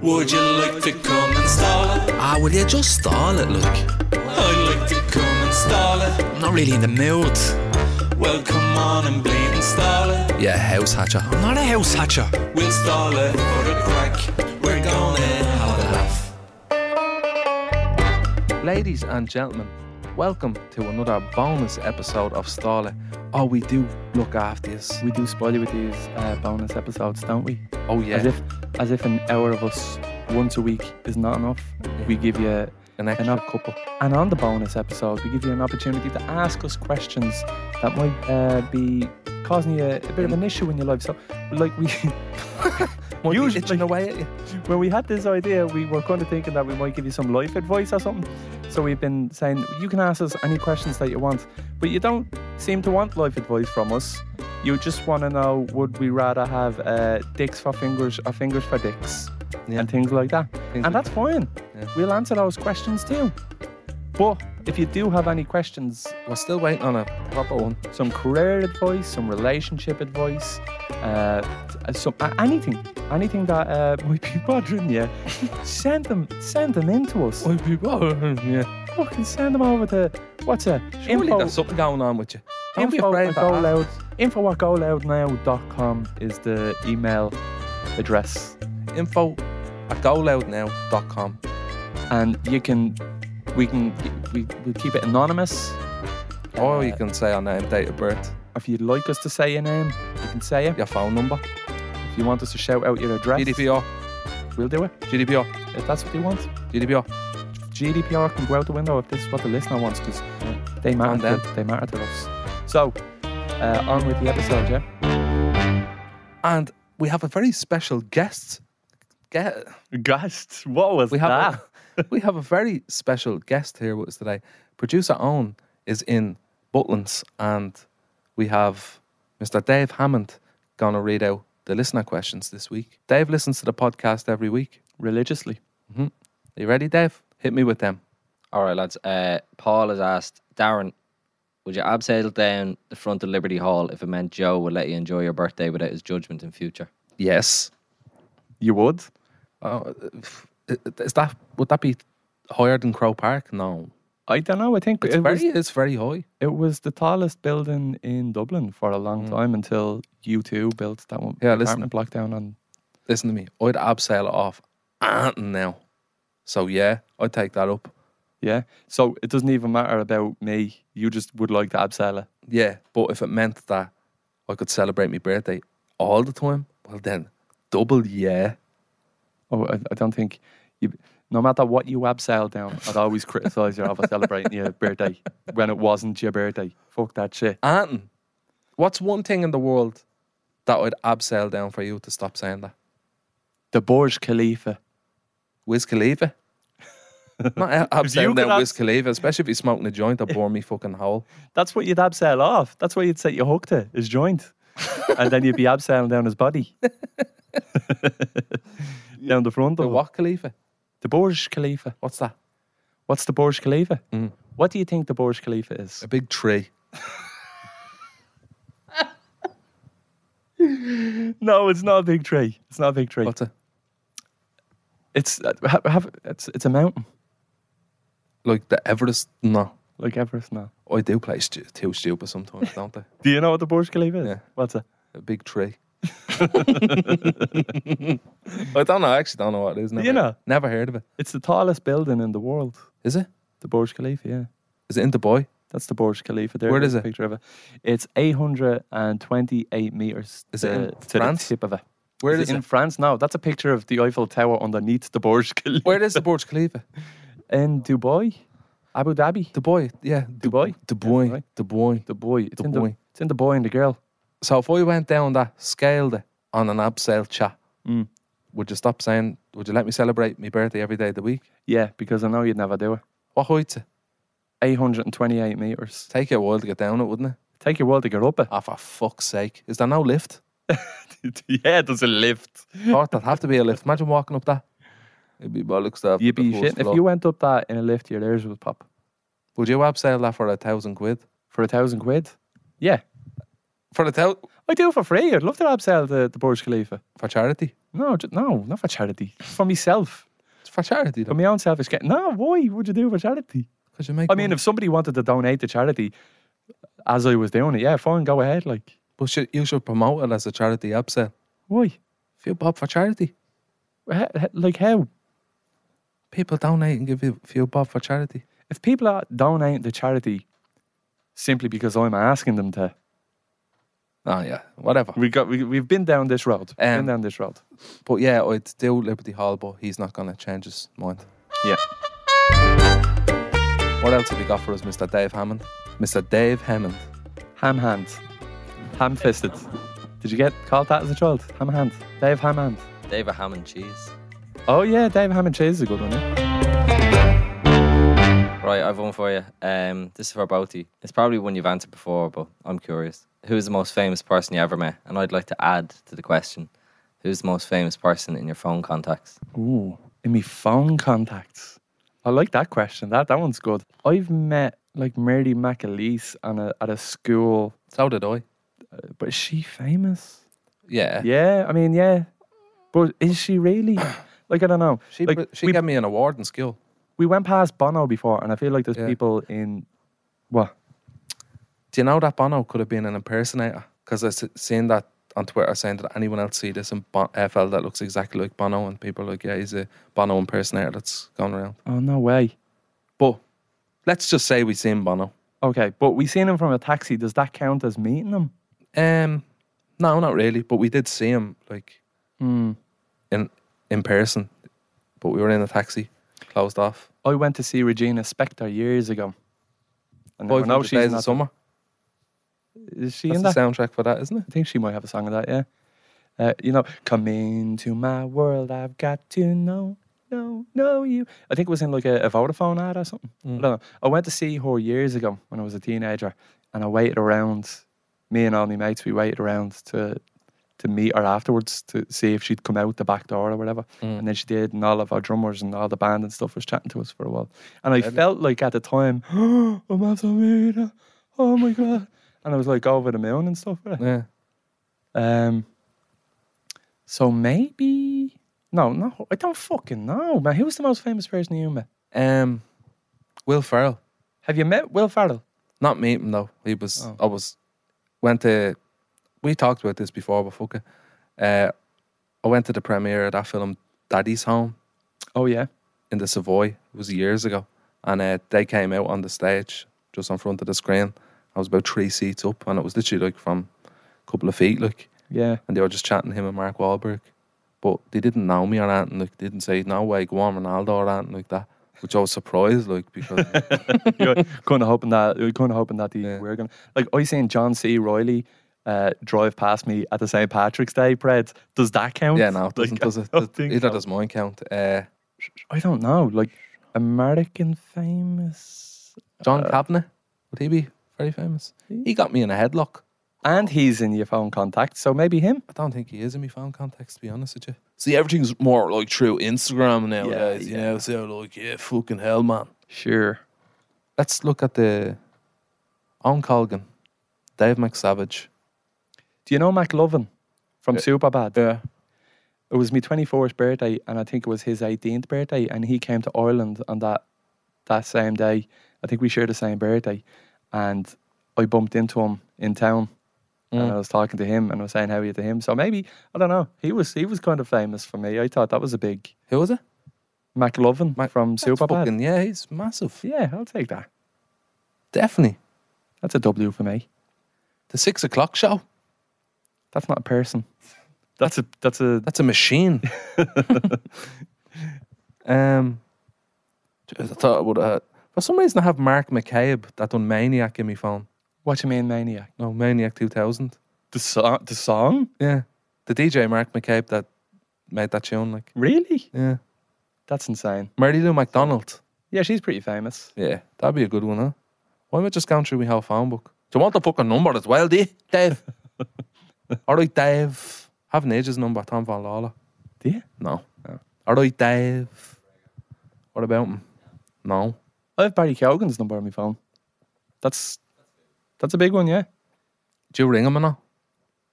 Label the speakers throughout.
Speaker 1: Would you like to come and stall it?
Speaker 2: Ah, will you just stall it, look?
Speaker 1: I'd like to come and stall it.
Speaker 2: I'm not really in the mood.
Speaker 1: Well, come on and bleed and stall it.
Speaker 2: Yeah, house hatcher. I'm not a house hatcher.
Speaker 1: We'll stall it for the crack. We're gonna have a laugh.
Speaker 3: Ladies and gentlemen, welcome to another bonus episode of Stala. Oh, we do look after this.
Speaker 4: We do spoil you with these uh, bonus episodes, don't we?
Speaker 3: Oh
Speaker 4: As
Speaker 3: yeah,
Speaker 4: if as if an hour of us once a week is not enough. We give you
Speaker 3: an extra.
Speaker 4: another couple. And on the bonus episode, we give you an opportunity to ask us questions that might uh, be causing you a, a bit of an issue in your life. So, like we.
Speaker 3: Might be
Speaker 4: usually-
Speaker 3: itching away at you.
Speaker 4: when we had this idea, we were kind of thinking that we might give you some life advice or something. So we've been saying you can ask us any questions that you want, but you don't seem to want life advice from us. You just want to know would we rather have uh, dicks for fingers or fingers for dicks
Speaker 3: Yeah.
Speaker 4: and things like that.
Speaker 3: Things
Speaker 4: and
Speaker 3: like-
Speaker 4: that's fine.
Speaker 3: Yeah.
Speaker 4: We'll answer those questions too. But if you do have any questions,
Speaker 3: We're still waiting on a proper one.
Speaker 4: some career advice, some relationship advice, uh, t- some uh, anything, anything that uh, might be bothering you, send them, send them in to us.
Speaker 3: yeah.
Speaker 4: Fucking send them over to what's it?
Speaker 3: Surely there's something going on with you. Don't be
Speaker 4: info
Speaker 3: afraid
Speaker 4: at
Speaker 3: to ask.
Speaker 4: goloud, info at goloudnow.com is the email address,
Speaker 3: Info at goloudnow.com.
Speaker 4: and you can, we can, we we keep it anonymous.
Speaker 3: Or
Speaker 4: Uh,
Speaker 3: you can say our name, date of birth,
Speaker 4: If you'd like us to say your name, you can say it.
Speaker 3: your phone number,
Speaker 4: If you want us to shout out your address,
Speaker 3: GDPR,
Speaker 4: we'll do it.
Speaker 3: GDPR,
Speaker 4: If that's what you want.
Speaker 3: GDPR.
Speaker 4: GDPR can go out the window if this is what the listener wants because they
Speaker 3: And
Speaker 4: matter.
Speaker 3: then-
Speaker 4: To, they matter to us. So, uh, on with the episode, yeah.
Speaker 3: And we have a very special guest. Get.
Speaker 4: Guests, what was
Speaker 3: We have
Speaker 4: Ah.
Speaker 3: a, we have a very special guest here with us today. Producer Owen is in Butlins, and we have Mr. Dave Hammond going to read out the listener questions this week. Dave listens to the podcast every week.
Speaker 4: religiously?
Speaker 3: Are you ready, Dave? Hit me with them.
Speaker 5: All right, lads. Uh, Paul has asked Darren, would you abseil down the front of Liberty Hall if it meant Joe would let you enjoy your birthday without his judgment in future?
Speaker 3: Yes.
Speaker 4: You would.
Speaker 3: Oh, is that would that be higher than Crow Park? No,
Speaker 4: I don't know. I think
Speaker 3: it's
Speaker 4: it
Speaker 3: very
Speaker 4: was
Speaker 3: it's very high.
Speaker 4: it was the tallest building in Dublin for a long time until you two built that one
Speaker 3: Yeah,
Speaker 4: apartment
Speaker 3: listen.
Speaker 4: block down on.
Speaker 3: Listen to me. I'd abseil it off Anton now. So yeah, I'd take that up.
Speaker 4: Yeah, so it doesn't even matter about me. You just would like to abseil it.
Speaker 3: Yeah, but if it meant that I could celebrate my birthday all the time, well then, double yeah.
Speaker 4: Oh, I, I don't think you. No matter what you abseil down, I'd always criticise you for celebrating your birthday when it wasn't your birthday. Fuck that shit.
Speaker 3: Anton, what's one thing in the world that I'd abseil down for you to stop saying that?
Speaker 4: The Burj Khalifa.
Speaker 3: Wiz Khalifa? Not a-
Speaker 4: you
Speaker 3: abseil
Speaker 4: could
Speaker 3: down Wiz
Speaker 4: abs-
Speaker 3: Khalifa, especially if you're smoking a joint that bore me fucking hole.
Speaker 4: That's what you'd abseil off. That's why you'd set your hook to his joint, and then you'd be abseiling down his body, down the front
Speaker 3: The
Speaker 4: of him.
Speaker 3: what Khalifa?
Speaker 4: the Burj Khalifa.
Speaker 3: What's that?
Speaker 4: What's the Burj Khalifa? What do you think the Burj Khalifa is?
Speaker 3: A big tree.
Speaker 4: No, it's not a big tree. It's not a big tree.
Speaker 3: What's it?
Speaker 4: It's uh, have, have, it's it's a mountain
Speaker 3: Like the Everest? No.
Speaker 4: like Everest now.
Speaker 3: I do play stu- too stupid sometimes, don't I?
Speaker 4: Do you know what the Burj Khalifa is?
Speaker 3: Yeah.
Speaker 4: What's it?
Speaker 3: A big tree. I don't know. I actually don't know what it is. Never,
Speaker 4: you know?
Speaker 3: Never heard of it.
Speaker 4: It's the tallest building in the world.
Speaker 3: Is it?
Speaker 4: The Burj Khalifa, yeah.
Speaker 3: Is it in Dubai?
Speaker 4: That's the Burj Khalifa. There,
Speaker 3: Where
Speaker 4: there's
Speaker 3: is
Speaker 4: a
Speaker 3: it?
Speaker 4: Picture of it. It's 828 meters.
Speaker 3: Is it
Speaker 4: to-
Speaker 3: in
Speaker 4: to
Speaker 3: France?
Speaker 4: The tip of it.
Speaker 3: Where
Speaker 4: Is
Speaker 3: is
Speaker 4: it in
Speaker 3: it?
Speaker 4: France? No, that's a picture of the Eiffel Tower underneath the Burj Khalifa.
Speaker 3: Where is the Burj Khalifa?
Speaker 4: In Dubai, Abu Dhabi.
Speaker 3: Dubai. Yeah. Du-
Speaker 4: Dubai?
Speaker 3: Dubai.
Speaker 4: Yeah, right.
Speaker 3: Dubai.
Speaker 4: Dubai. It's in the
Speaker 3: Dubai.
Speaker 4: it's in the boy and the girl.
Speaker 3: So if I went down that, scaled it on an abseil chat,
Speaker 4: Mm.
Speaker 3: would you stop saying, would you let me celebrate my birthday every day of the week?
Speaker 4: Yeah, because I know you'd never do it.
Speaker 3: What height's it?
Speaker 4: 828 meters.
Speaker 3: Take you a while to get down it, wouldn't it?
Speaker 4: Take your while to get up it.
Speaker 3: Ah, for fuck's sake. Is there no lift?
Speaker 4: yeah, there's a lift.
Speaker 3: Thought there'd have to be a lift. Imagine walking up that. It'd be bollocks to have
Speaker 4: You'd
Speaker 3: the
Speaker 4: be
Speaker 3: first
Speaker 4: shitting. If
Speaker 3: floor.
Speaker 4: you went up that in a lift, your ears would pop.
Speaker 3: Would you abseil that for a thousand quid?
Speaker 4: For a thousand quid? Yeah.
Speaker 3: For a thousand?
Speaker 4: I do it for free. I'd love to abseil the, the Burj Khalifa.
Speaker 3: For charity?
Speaker 4: No, ju- no, not for charity. For myself.
Speaker 3: It's for charity,
Speaker 4: For
Speaker 3: though.
Speaker 4: my own selfish gain. No, why would you do it for charity?
Speaker 3: Because you make
Speaker 4: I mean,
Speaker 3: money.
Speaker 4: if somebody wanted to donate to charity as I was doing it, yeah, fine, go ahead. Like,
Speaker 3: but should, you should promote it as a charity upsell.
Speaker 4: why?
Speaker 3: Few bob for charity.
Speaker 4: H- h- like, how?
Speaker 3: People donate and give you a few bob for charity.
Speaker 4: If people are donating to charity simply because I'm asking them to,
Speaker 3: Oh yeah, whatever.
Speaker 4: we got, we, we've been down this road. We've
Speaker 3: Um,
Speaker 4: been down this road.
Speaker 3: But yeah, I'd do Liberty Hall, but he's not gonna change his mind.
Speaker 4: Yeah.
Speaker 3: What else have you got for us, Mr. Dave Hammond? Mr. Dave Hammond.
Speaker 4: Ham hand. Ham fisted. Did you get called that as a child? Ham hand. Dave Ham hand.
Speaker 5: They have a ham and cheese.
Speaker 4: Oh, yeah, Dave Ham and Cheese is a good one. Yeah?
Speaker 5: Right, I've one for you. Um, this is for both of you. It's probably one you've answered before, but I'm curious. Who is the most famous person you ever met? And I'd like to add to the question: Who's the most famous person in your phone contacts?
Speaker 4: Ooh, in me phone contacts. I like that question. That that one's good. I've met like Mary McAleese on a, at a school,
Speaker 3: So did I.
Speaker 4: but is she famous?
Speaker 3: Yeah.
Speaker 4: Yeah, I mean, yeah, but is she really? Like I don't know.
Speaker 3: She
Speaker 4: like,
Speaker 3: br- she
Speaker 4: we,
Speaker 3: gave me an award in school.
Speaker 4: we went past Bono before, and I feel like there's
Speaker 3: Yeah.
Speaker 4: people in what
Speaker 3: Do you know that Bono could have been an impersonator? Because I've seen that on Twitter saying that anyone else see this in bon- FL that looks exactly like Bono, and people are like, yeah, he's a Bono impersonator that's gone around.
Speaker 4: Oh no way.
Speaker 3: But let's just say we seen Bono.
Speaker 4: Okay, but we seen him from a taxi. Does that count as meeting him?
Speaker 3: Um, no, not really. But we did see him like Mm.
Speaker 4: Hmm.
Speaker 3: in in person. But we were in a taxi, closed off.
Speaker 4: I went to see Regina Spektor years ago. And now I
Speaker 3: Boy,
Speaker 4: know
Speaker 3: no,
Speaker 4: she's
Speaker 3: days of
Speaker 4: in that-
Speaker 3: summer.
Speaker 4: Is she
Speaker 3: That's
Speaker 4: in
Speaker 3: the
Speaker 4: that?
Speaker 3: soundtrack for that, isn't it?
Speaker 4: I think she might have a song of that, yeah. Uh, you know, come into my world, I've got to know, know, know you. I think it was in like a, a Vodafone ad or something. I don't know. I went to see her years ago when I was a teenager, and I waited around. Me and all my mates, we waited around to to meet her afterwards to see if she'd come out the back door or whatever. And then she did, and all of our drummers and all the band and stuff was chatting to us for a while. And I felt like at the time, oh, I'm after meet her. Oh my god! And I was like over the moon and stuff. with it.
Speaker 3: Yeah.
Speaker 4: Um. So maybe no, no, I don't fucking know, man. Who's the most famous person you met?
Speaker 3: Um, Will Ferrell.
Speaker 4: Have you met Will Farrell?
Speaker 3: Not me him though. He was
Speaker 4: Oh.
Speaker 3: I was went to we talked about this before, but fuck it. Uh, I went to the premiere of that film Daddy's Home
Speaker 4: Oh yeah.
Speaker 3: in the Savoy. It was years ago. And uh, they came out on the stage just in front of the screen. I was about three seats up and it was literally like from a couple of feet like
Speaker 4: Yeah.
Speaker 3: and they were just chatting him and Mark Wahlberg. But they didn't know me or anything, like they didn't say no way, go on Ronaldo or anything like that. Which I was surprised like because
Speaker 4: You're kind of hoping that you're kind of hoping that the,
Speaker 3: Yeah.
Speaker 4: we're gonna like I seen John C. Riley uh, drive past me at the St. Patrick's Day parade. Does that count?
Speaker 3: Yeah, no, it doesn't,
Speaker 4: Like,
Speaker 3: does it?
Speaker 4: I
Speaker 3: Does-
Speaker 4: don't think
Speaker 3: either
Speaker 4: so.
Speaker 3: does mine count. Uh,
Speaker 4: I don't know. Like American famous,
Speaker 3: John
Speaker 4: Uh,
Speaker 3: Kavanagh, would he be very famous? He got me in a headlock.
Speaker 4: and he's in your phone contact, so maybe him.
Speaker 3: I don't think he is in my phone contacts, to be honest with you. See, everything's more like through Instagram nowadays, you know. So like, yeah, fucking hell, man.
Speaker 4: Sure.
Speaker 3: Let's look at the Owen Colgan, Dave McSavage.
Speaker 4: Do you know McLovin from Superbad?
Speaker 3: Yeah.
Speaker 4: It was my 24th birthday, and I think it was his 18th birthday, and he came to Ireland on that that same day. I think we shared the same birthday, and I bumped into him in town,
Speaker 3: Mm.
Speaker 4: and I was talking to him, and I was saying how are you to him. So maybe I don't know. He was he was kind of famous for me. I thought that was a big
Speaker 3: Who was it?
Speaker 4: McLovin
Speaker 3: Mac-
Speaker 4: from
Speaker 3: That's
Speaker 4: Superbad.
Speaker 3: fucking- yeah, he's massive.
Speaker 4: yeah, I'll take that.
Speaker 3: Definitely.
Speaker 4: That's a W for me.
Speaker 3: The six o'clock show.
Speaker 4: That's not a person. That's a that's a
Speaker 3: That's a machine. um, geez, I thought I would uh, have. For some reason, I have Mark McCabe that done Maniac in my phone.
Speaker 4: what you mean maniac.
Speaker 3: No, Maniac 2000.
Speaker 4: The song the song
Speaker 3: Yeah. The DJ Mark McCabe that made that tune. Like,
Speaker 4: really?
Speaker 3: yeah.
Speaker 4: That's insane.
Speaker 3: Mary Lou McDonald.
Speaker 4: Yeah, she's pretty famous.
Speaker 3: Yeah. That'd be a good one, huh? Why am I just going through my whole phone book? Do you want the fucking number as well, do you, Dave? All right, Dave. Have Nage's number, Tom Van Lala.
Speaker 4: Do you?
Speaker 3: No. All right, Dave. What about him? No.
Speaker 4: I have Barry Keoghan's number on my phone. That's that's a big one, yeah.
Speaker 3: Do you ring him or not?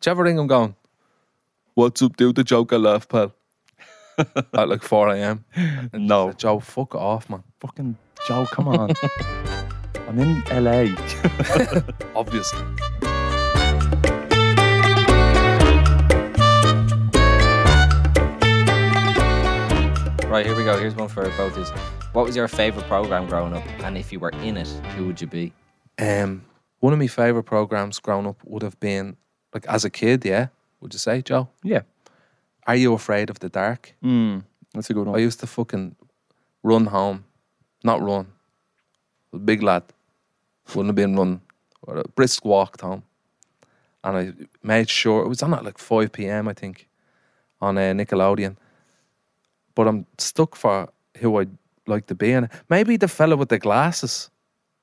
Speaker 3: Do you ever ring him going, What's up, dude? The Joker laugh, pal. At like 4 a.m. And she
Speaker 4: No.
Speaker 3: said, Joe, fuck off, man.
Speaker 4: Fucking Joe, come on. I'm in LA.
Speaker 3: Obviously.
Speaker 5: Right, here we go. Here's one for both of us. What was your favorite program growing up? And if you were in it, who would you be?
Speaker 3: Um, one of my favorite programs growing up would have been like as a kid. Yeah, would you say, Joe?
Speaker 4: Yeah.
Speaker 3: Are you afraid of the dark?
Speaker 4: Mm, that's a good
Speaker 3: I
Speaker 4: one.
Speaker 3: used to fucking run home, not run. I was a big lad, wouldn't have been running. Or a brisk walked home, and I made sure it was on at like five p.m. I think, on uh, Nickelodeon. But I'm stuck for who I'd like to be, and maybe the fella with the glasses.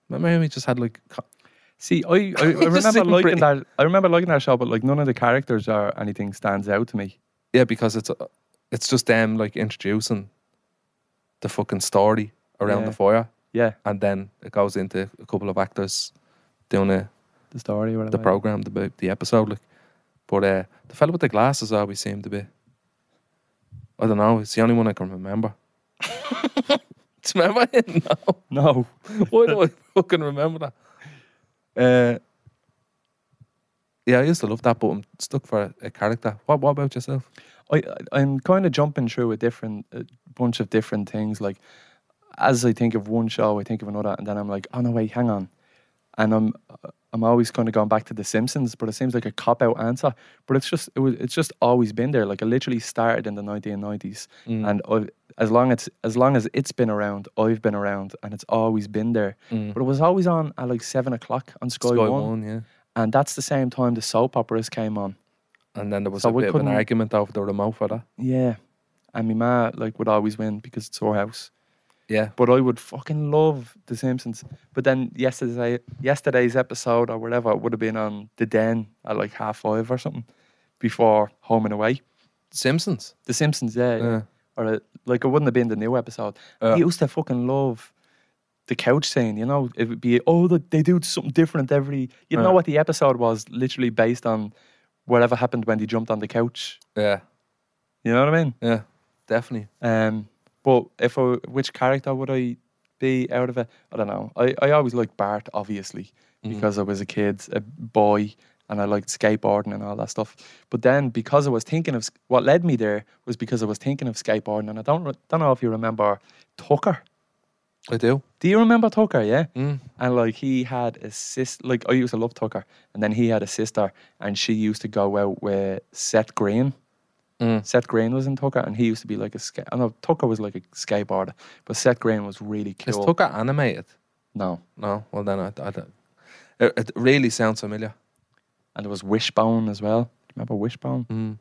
Speaker 3: Maybe he just had like co-
Speaker 4: See, I, I, I remember
Speaker 3: seem
Speaker 4: liking
Speaker 3: pretty-
Speaker 4: that. I remember liking that show, but like none of the characters or anything stands out to me.
Speaker 3: Yeah, because it's uh, it's just them like introducing the fucking story around
Speaker 4: Yeah.
Speaker 3: the fire,
Speaker 4: Yeah,
Speaker 3: and then it goes into a couple of actors doing a,
Speaker 4: the story or
Speaker 3: the
Speaker 4: whatever.
Speaker 3: program, the bit- the episode. Like, but uh, the fella with the glasses always seemed to be. I don't know. It's the only one I can remember. Do you remember it? No.
Speaker 4: No.
Speaker 3: Why do I fucking remember that? Uh, yeah, I used to love that, but I'm stuck for a, a character. What, what about yourself?
Speaker 4: I, I- I'm kind of jumping through a different a bunch of different things. Like, as I think of one show, I think of another, and then I'm like, oh no, wait, hang on. And I'm I'm always kind of going back to The Simpsons, but it seems like a cop out answer. But it's just it was it's just always been there. Like I literally started in the 1990s, and I've, as long as as long as it's been around, I've been around, and it's always been there. But it was always on at like seven o'clock on Mm. Sky,
Speaker 3: Sky
Speaker 4: One,
Speaker 3: One, yeah.
Speaker 4: and that's the same time the soap operas came on.
Speaker 3: And then there was
Speaker 4: So
Speaker 3: a
Speaker 4: we
Speaker 3: bit of an
Speaker 4: couldn't-
Speaker 3: argument over the remote for that.
Speaker 4: Yeah. And my ma like would always win because it's her house.
Speaker 3: Yeah.
Speaker 4: But I would fucking love The Simpsons. But then yesterday yesterday's episode or whatever would have been on the den at like half five or something before Home and Away.
Speaker 3: Simpsons.
Speaker 4: The Simpsons, yeah. yeah.
Speaker 3: Yeah.
Speaker 4: Or uh, like it wouldn't have been the new episode.
Speaker 3: Yeah.
Speaker 4: I used to fucking love the couch scene, you know, it would be oh look, they do something different every you
Speaker 3: Yeah.
Speaker 4: know what the episode was literally based on whatever happened when he jumped on the couch.
Speaker 3: Yeah.
Speaker 4: You know what I mean?
Speaker 3: Yeah. Definitely.
Speaker 4: Um, but if I, which character would I be out of it? I don't know. I, I always liked Bart, obviously, because I was a kid, a boy, and I liked skateboarding and all that stuff. But then because I was thinking of s- what led me there was because I was thinking of skateboarding, and I don't re- don't know if you remember Tucker.
Speaker 3: I do.
Speaker 4: Do you remember Tucker? Yeah.
Speaker 3: Mm.
Speaker 4: And like he had a sister, like I used to love Tucker, and then he had a sister, and she used to go out with Seth Green.
Speaker 3: Mm.
Speaker 4: Seth Green was in Tucker, and he used to be like a skate. I know Tucker was like a skateboarder, but Seth Green was really
Speaker 3: Is
Speaker 4: cool.
Speaker 3: Tucker animated?
Speaker 4: no,
Speaker 3: No. er- Well, er- then I, I don't. It, er- it really sounds familiar.
Speaker 4: and there was Wishbone as well. Remember Wishbone?
Speaker 3: Mm.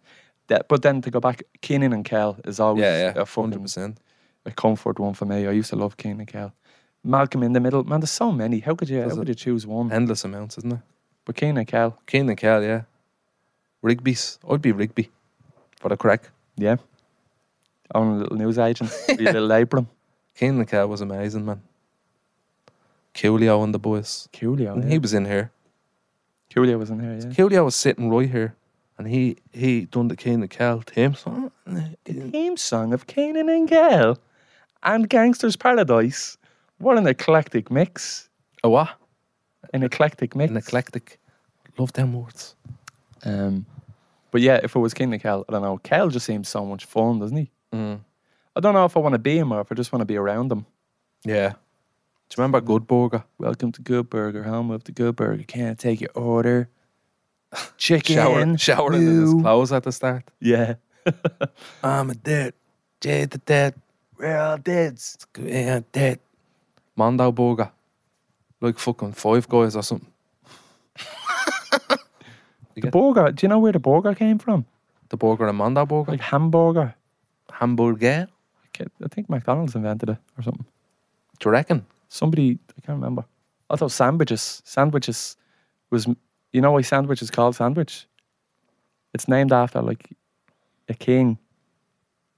Speaker 4: That, but then to go back, Keenan and Kel is always
Speaker 3: Yeah, yeah.
Speaker 4: a
Speaker 3: Hundred
Speaker 4: fucking
Speaker 3: percent.
Speaker 4: a comfort one for me. I used to love Keenan and Kel. Malcolm in the Middle, man. There's so many. How could you? How
Speaker 3: There's a-
Speaker 4: could you choose one?
Speaker 3: Endless amounts, isn't it?
Speaker 4: But Keenan and Kel,
Speaker 3: Keen and Kel, yeah. Rigby's. I'd be Rigby for the crack.
Speaker 4: yeah. Own little news agent, be a little labrum.
Speaker 3: Keen and Kel was amazing, man. Coolio and the boys.
Speaker 4: Coolio,
Speaker 3: And
Speaker 4: yeah.
Speaker 3: He was in here.
Speaker 4: Mm-hmm. Coolio was in here, yeah.
Speaker 3: Coolio was sitting right here, and he he done the Keen and Kel team song.
Speaker 4: the theme song of Canaan and Kel and Gangster's Paradise. What an eclectic mix.
Speaker 3: Oh, what?
Speaker 4: An eclectic mix.
Speaker 3: An eclectic. Love them words.
Speaker 4: Um, but yeah, if it was King and Kel, I don't know. Kel just seems so much fun, doesn't he?
Speaker 3: Mm.
Speaker 4: I don't know if I want to be him or if I just want to be around him.
Speaker 3: Yeah. Do you remember Good Burger?
Speaker 4: Welcome to Good Burger, home of the Good Burger. Can't take your order.
Speaker 3: Shower,
Speaker 4: Chicken.
Speaker 3: showering in his
Speaker 4: Woo.
Speaker 3: clothes at the start.
Speaker 4: Yeah.
Speaker 3: I'm a dead. Jay the dead.
Speaker 4: Real dids.
Speaker 3: Yeah, dead. Mondo Burger. Like fucking five guys or something.
Speaker 4: The burger. Do you know where the burger came from?
Speaker 3: The burger and Mondo Burger.
Speaker 4: Like hamburger.
Speaker 3: Hamburger.
Speaker 4: Okay, I think McDonald's invented it or something.
Speaker 3: Do you reckon?
Speaker 4: somebody I can't remember. Also sandwiches. Sandwiches was you know why sandwich is called sandwich? It's named after like a king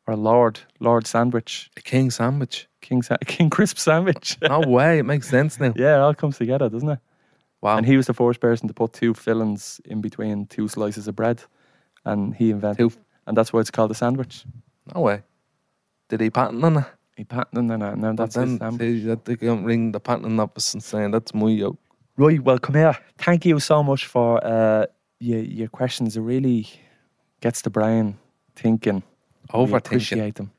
Speaker 4: or a lord, Lord Sandwich,
Speaker 3: A king sandwich.
Speaker 4: King sa- King Crisp Sandwich.
Speaker 3: No way. It makes sense now.
Speaker 4: yeah, it all comes together, doesn't it?
Speaker 3: Wow.
Speaker 4: And he was the first person to put two fillings in between two slices of bread, and he invented
Speaker 3: Two
Speaker 4: and that's why it's called a sandwich.
Speaker 3: No way. Did he patent on that?
Speaker 4: He patented on that. Now that's his
Speaker 3: Then
Speaker 4: sandwich.
Speaker 3: see, that they can ring the patent office and saying that's my uh, yoke.
Speaker 4: Right, well, come here. Thank you so much for uh, your your questions. It really gets the brain thinking. We
Speaker 3: Overthinking.
Speaker 4: appreciate them.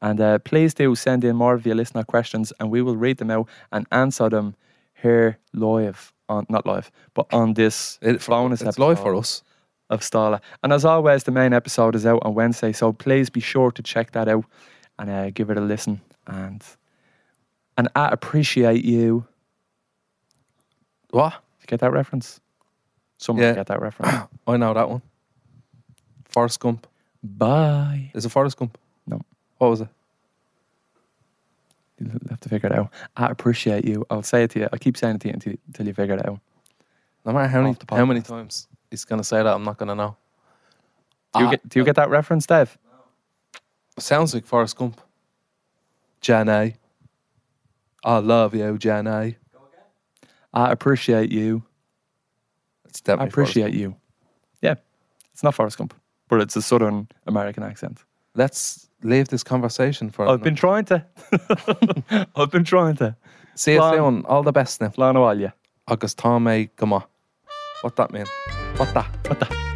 Speaker 4: And uh, please do send in more of your listener questions and we will read them out and answer them here live on not live, but on this
Speaker 3: It,
Speaker 4: bonus
Speaker 3: it's
Speaker 4: episode
Speaker 3: live for us.
Speaker 4: of Stala. And as always, the main episode is out on Wednesday, so please be sure to check that out and uh, give it a listen. And and I appreciate you.
Speaker 3: What?
Speaker 4: Did you get that reference? Someone
Speaker 3: Yeah.
Speaker 4: get that reference.
Speaker 3: I know that one. Forrest Gump.
Speaker 4: Bye.
Speaker 3: Is it Forrest Gump?
Speaker 4: No.
Speaker 3: What was it?
Speaker 4: You'll have to figure it out. I appreciate you. I'll say it to you. I'll keep saying it to you until, until you figure it out.
Speaker 3: No matter how many,
Speaker 4: Off the
Speaker 3: how many
Speaker 4: podcast.
Speaker 3: times he's going to say that, I'm not going to know.
Speaker 4: Do you,
Speaker 3: Ah.
Speaker 4: get, do you get that reference, Dev?
Speaker 3: Sounds like Forrest Gump. Jenny. I love you, Jenny.
Speaker 4: I appreciate you.
Speaker 3: It's
Speaker 4: I
Speaker 3: definitely
Speaker 4: appreciate you. Yeah, it's not Forrest Gump, but it's a Southern American accent.
Speaker 3: Forrest. Let's leave this conversation for
Speaker 4: I've been trying to. I've been trying to.
Speaker 3: See you
Speaker 4: Flan-
Speaker 3: soon. All the best now.
Speaker 4: Flan all you.
Speaker 3: August Tome Gama. What that mean? What that?
Speaker 4: What the?